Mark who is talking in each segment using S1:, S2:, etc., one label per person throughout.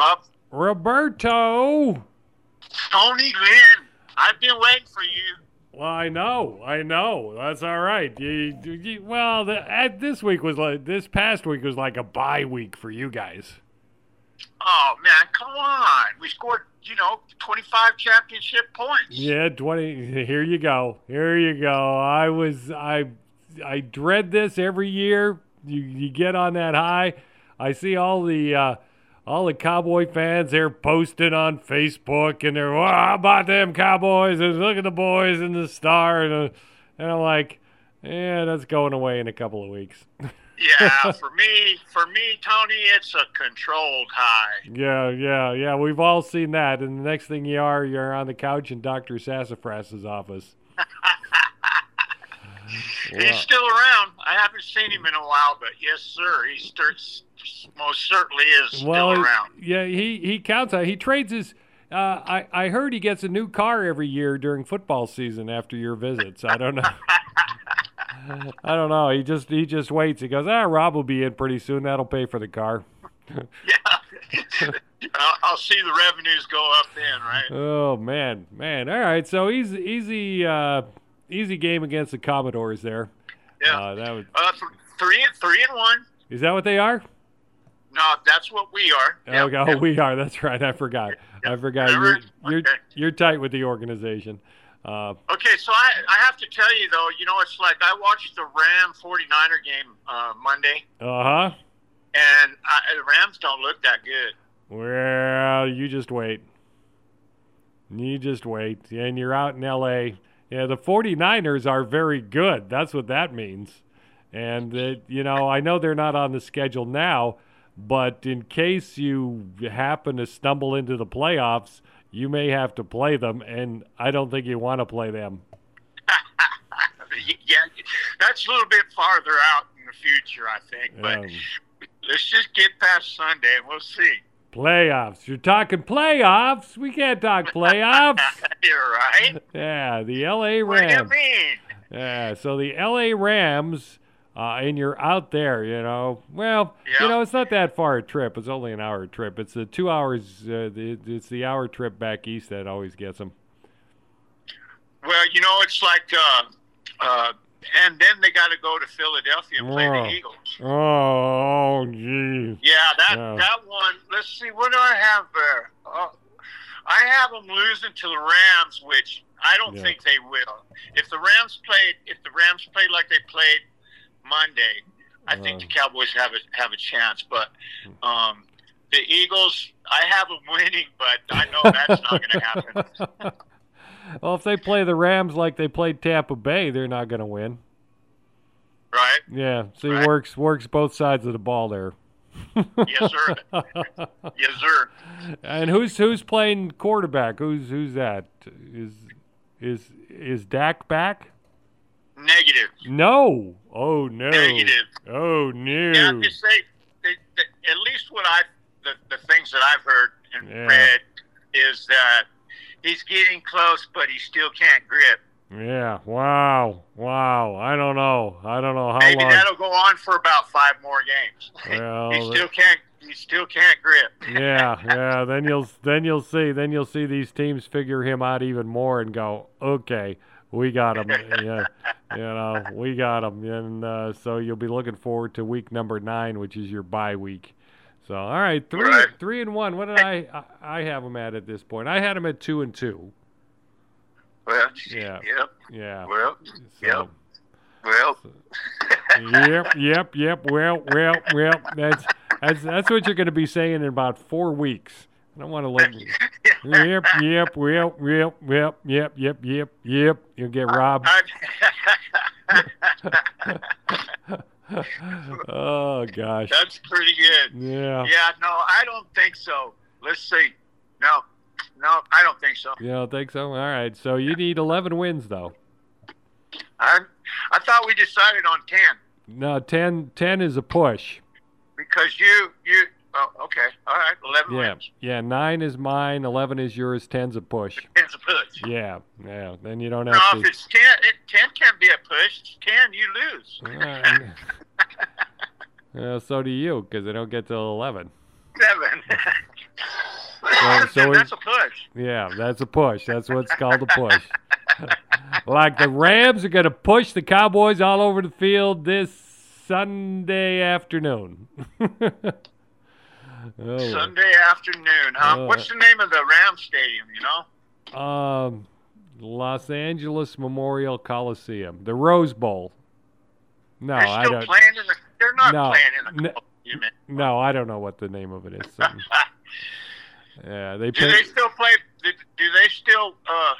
S1: up?
S2: Roberto.
S1: Tony Lynn, I've been waiting for you.
S2: Well, I know, I know. That's all right. You, you- well, the, at, this week was like this past week was like a bye week for you guys.
S1: Oh man, come on! We scored, you know, twenty-five championship points.
S2: Yeah, twenty. Here you go. Here you go. I was I I dread this every year. You you get on that high. I see all the uh, all the cowboy fans they're posting on Facebook and they're "Wow, how about them cowboys and look at the boys and the star and, uh, and I'm like, yeah, that's going away in a couple of weeks.
S1: Yeah, for me, for me, Tony, it's a controlled high.
S2: yeah, yeah, yeah. We've all seen that. And the next thing you are, you're on the couch in Doctor Sassafras's office.
S1: He's still around. I haven't seen him in a while, but yes, sir, he stir- most certainly is
S2: well,
S1: still around.
S2: Yeah, he he counts out. He trades his. Uh, I I heard he gets a new car every year during football season after your visits. I don't know. I don't know. He just he just waits. He goes, ah, Rob will be in pretty soon. That'll pay for the car.
S1: Yeah, I'll, I'll see the revenues go up then, right?
S2: Oh man, man. All right, so easy easy uh, easy game against the Commodores there.
S1: Yeah.
S2: Uh, that would,
S1: Uh, th- three, three and one.
S2: is that what they are?
S1: No, that's what we are.
S2: Oh,
S1: Yeah,
S2: okay.
S1: yeah.
S2: Oh, we are. That's right. I forgot. I forgot.
S1: Remember?
S2: You're you're,
S1: Okay.
S2: you're tight with the organization. Uh,
S1: Okay, so I, I have to tell you though, you know, it's like I watched the Ram 49er game uh, Monday,
S2: uh huh.
S1: and I, the Rams don't look that good.
S2: Well, you just wait. You just wait. And you're out in LA. Yeah, the 49ers are very good. That's what that means. And, that you know, I know they're not on the schedule now, but in case you happen to stumble into the playoffs, you may have to play them. And I don't think you want to play them.
S1: yeah, that's a little bit farther out in the future, I think. But
S2: Um,
S1: let's just get past Sunday, and we'll see.
S2: playoffs. You're talking playoffs? We can't talk playoffs.
S1: You're right.
S2: yeah, the LA Rams.
S1: What do you mean?
S2: Yeah, so the LA Rams, uh, and you're out there, you know. Well, you
S1: Yeah.
S2: know, it's not that far a trip. It's only an hour trip. It's the two hours, uh, the, it's the hour trip back east that always gets them.
S1: Well, you know, it's like, uh, uh, and then they got to go to Philadelphia and play
S2: Wow.
S1: the Eagles.
S2: Oh, geez.
S1: Yeah, that
S2: Yeah.
S1: that one. Let's see, what do I have there? Oh, I have them losing to the Rams, which I don't
S2: Yeah.
S1: think they will. If the Rams played, if the Rams played like they played Monday, I think the
S2: Uh.
S1: Cowboys have a have a chance. But
S2: Hmm.
S1: um, the Eagles, I have them winning, but I know that's not going to happen.
S2: Well, if they play the Rams like they played Tampa Bay, they're not going to win.
S1: Right?
S2: Yeah, see,
S1: Right.
S2: works works both sides of the ball there.
S1: Yes, sir. yes, sir.
S2: And who's who's playing quarterback? Who's who's that? Is is is Dak back?
S1: Negative.
S2: No. Oh no.
S1: Negative.
S2: Oh no.
S1: Yeah, I'm just saying. They, they, at least what I, the, the things that I've heard and
S2: Yeah.
S1: read is that he's getting close, but he still can't grip.
S2: Yeah, Wow. Wow. I don't know. I don't know how
S1: Maybe
S2: long.
S1: that'll go on for about five more games.
S2: Well,
S1: he still can't. He still can't grip.
S2: yeah. Yeah. Then you'll then you'll see. Then you'll see these teams figure him out even more and go, okay, we got him. yeah. You know, we got him. And uh, so you'll be looking forward to week number nine, which is your bye week. So all right, three
S1: Right.
S2: three and one. What did I I I have him at at this point? I had him at two and two.
S1: Well,
S2: Yeah.
S1: Yep.
S2: Yeah.
S1: Well.
S2: So.
S1: Yep. Well.
S2: yep, yep, yep. Well, well, well. That's that's that's what you're going to be saying in about four weeks. I don't want to let you. Yep, yep, well, well, well, yep, yep, yep, yep. You'll get robbed. oh gosh.
S1: that's pretty good.
S2: Yeah.
S1: Yeah, no, I don't think so. Let's see. No, no, I don't think so.
S2: You don't think so? All right. So you need 11 wins though.
S1: I, I thought we decided on ten
S2: No, 10, 10 is a push.
S1: because you, you. Oh, okay, all right, eleven
S2: Yeah.
S1: wins.
S2: Yeah. Nine is mine. 11 is yours. 10's a push.
S1: Ten's a push.
S2: Yeah. Yeah. Then you don't have
S1: No,
S2: to.
S1: if it's ten, it, ten can be a push. It's ten, you lose.
S2: Yeah, uh, and- Yeah, so do you, because they don't get till 11.
S1: Seven. then
S2: So
S1: that's a
S2: it,
S1: push.
S2: yeah, that's a push. That's what's called a push. like the Rams are going to push the Cowboys all over the field this Sunday afternoon. oh, Lord.
S1: Sunday afternoon, huh?
S2: Oh. Uh,
S1: What's the name of the Rams Stadium? You know,
S2: um, Los Angeles Memorial Coliseum, the Rose Bowl. No,
S1: they're
S2: I
S1: still
S2: don't.
S1: playing in the. They're not
S2: No.
S1: playing in the.
S2: N-
S1: Coliseum.
S2: No, I don't know what the name of it is. Something- yeah, they
S1: do
S2: play.
S1: they still play? Do, do they still uh,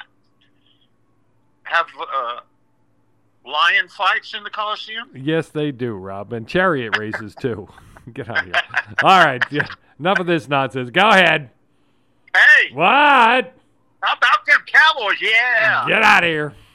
S1: have uh, lion fights in the Coliseum?
S2: Yes, they do, Rob, and chariot races too. Get out of here. All right, yeah, enough of this nonsense. Go ahead.
S1: Hey,
S2: What?
S1: how about them Cowboys? Yeah.
S2: Get out of here.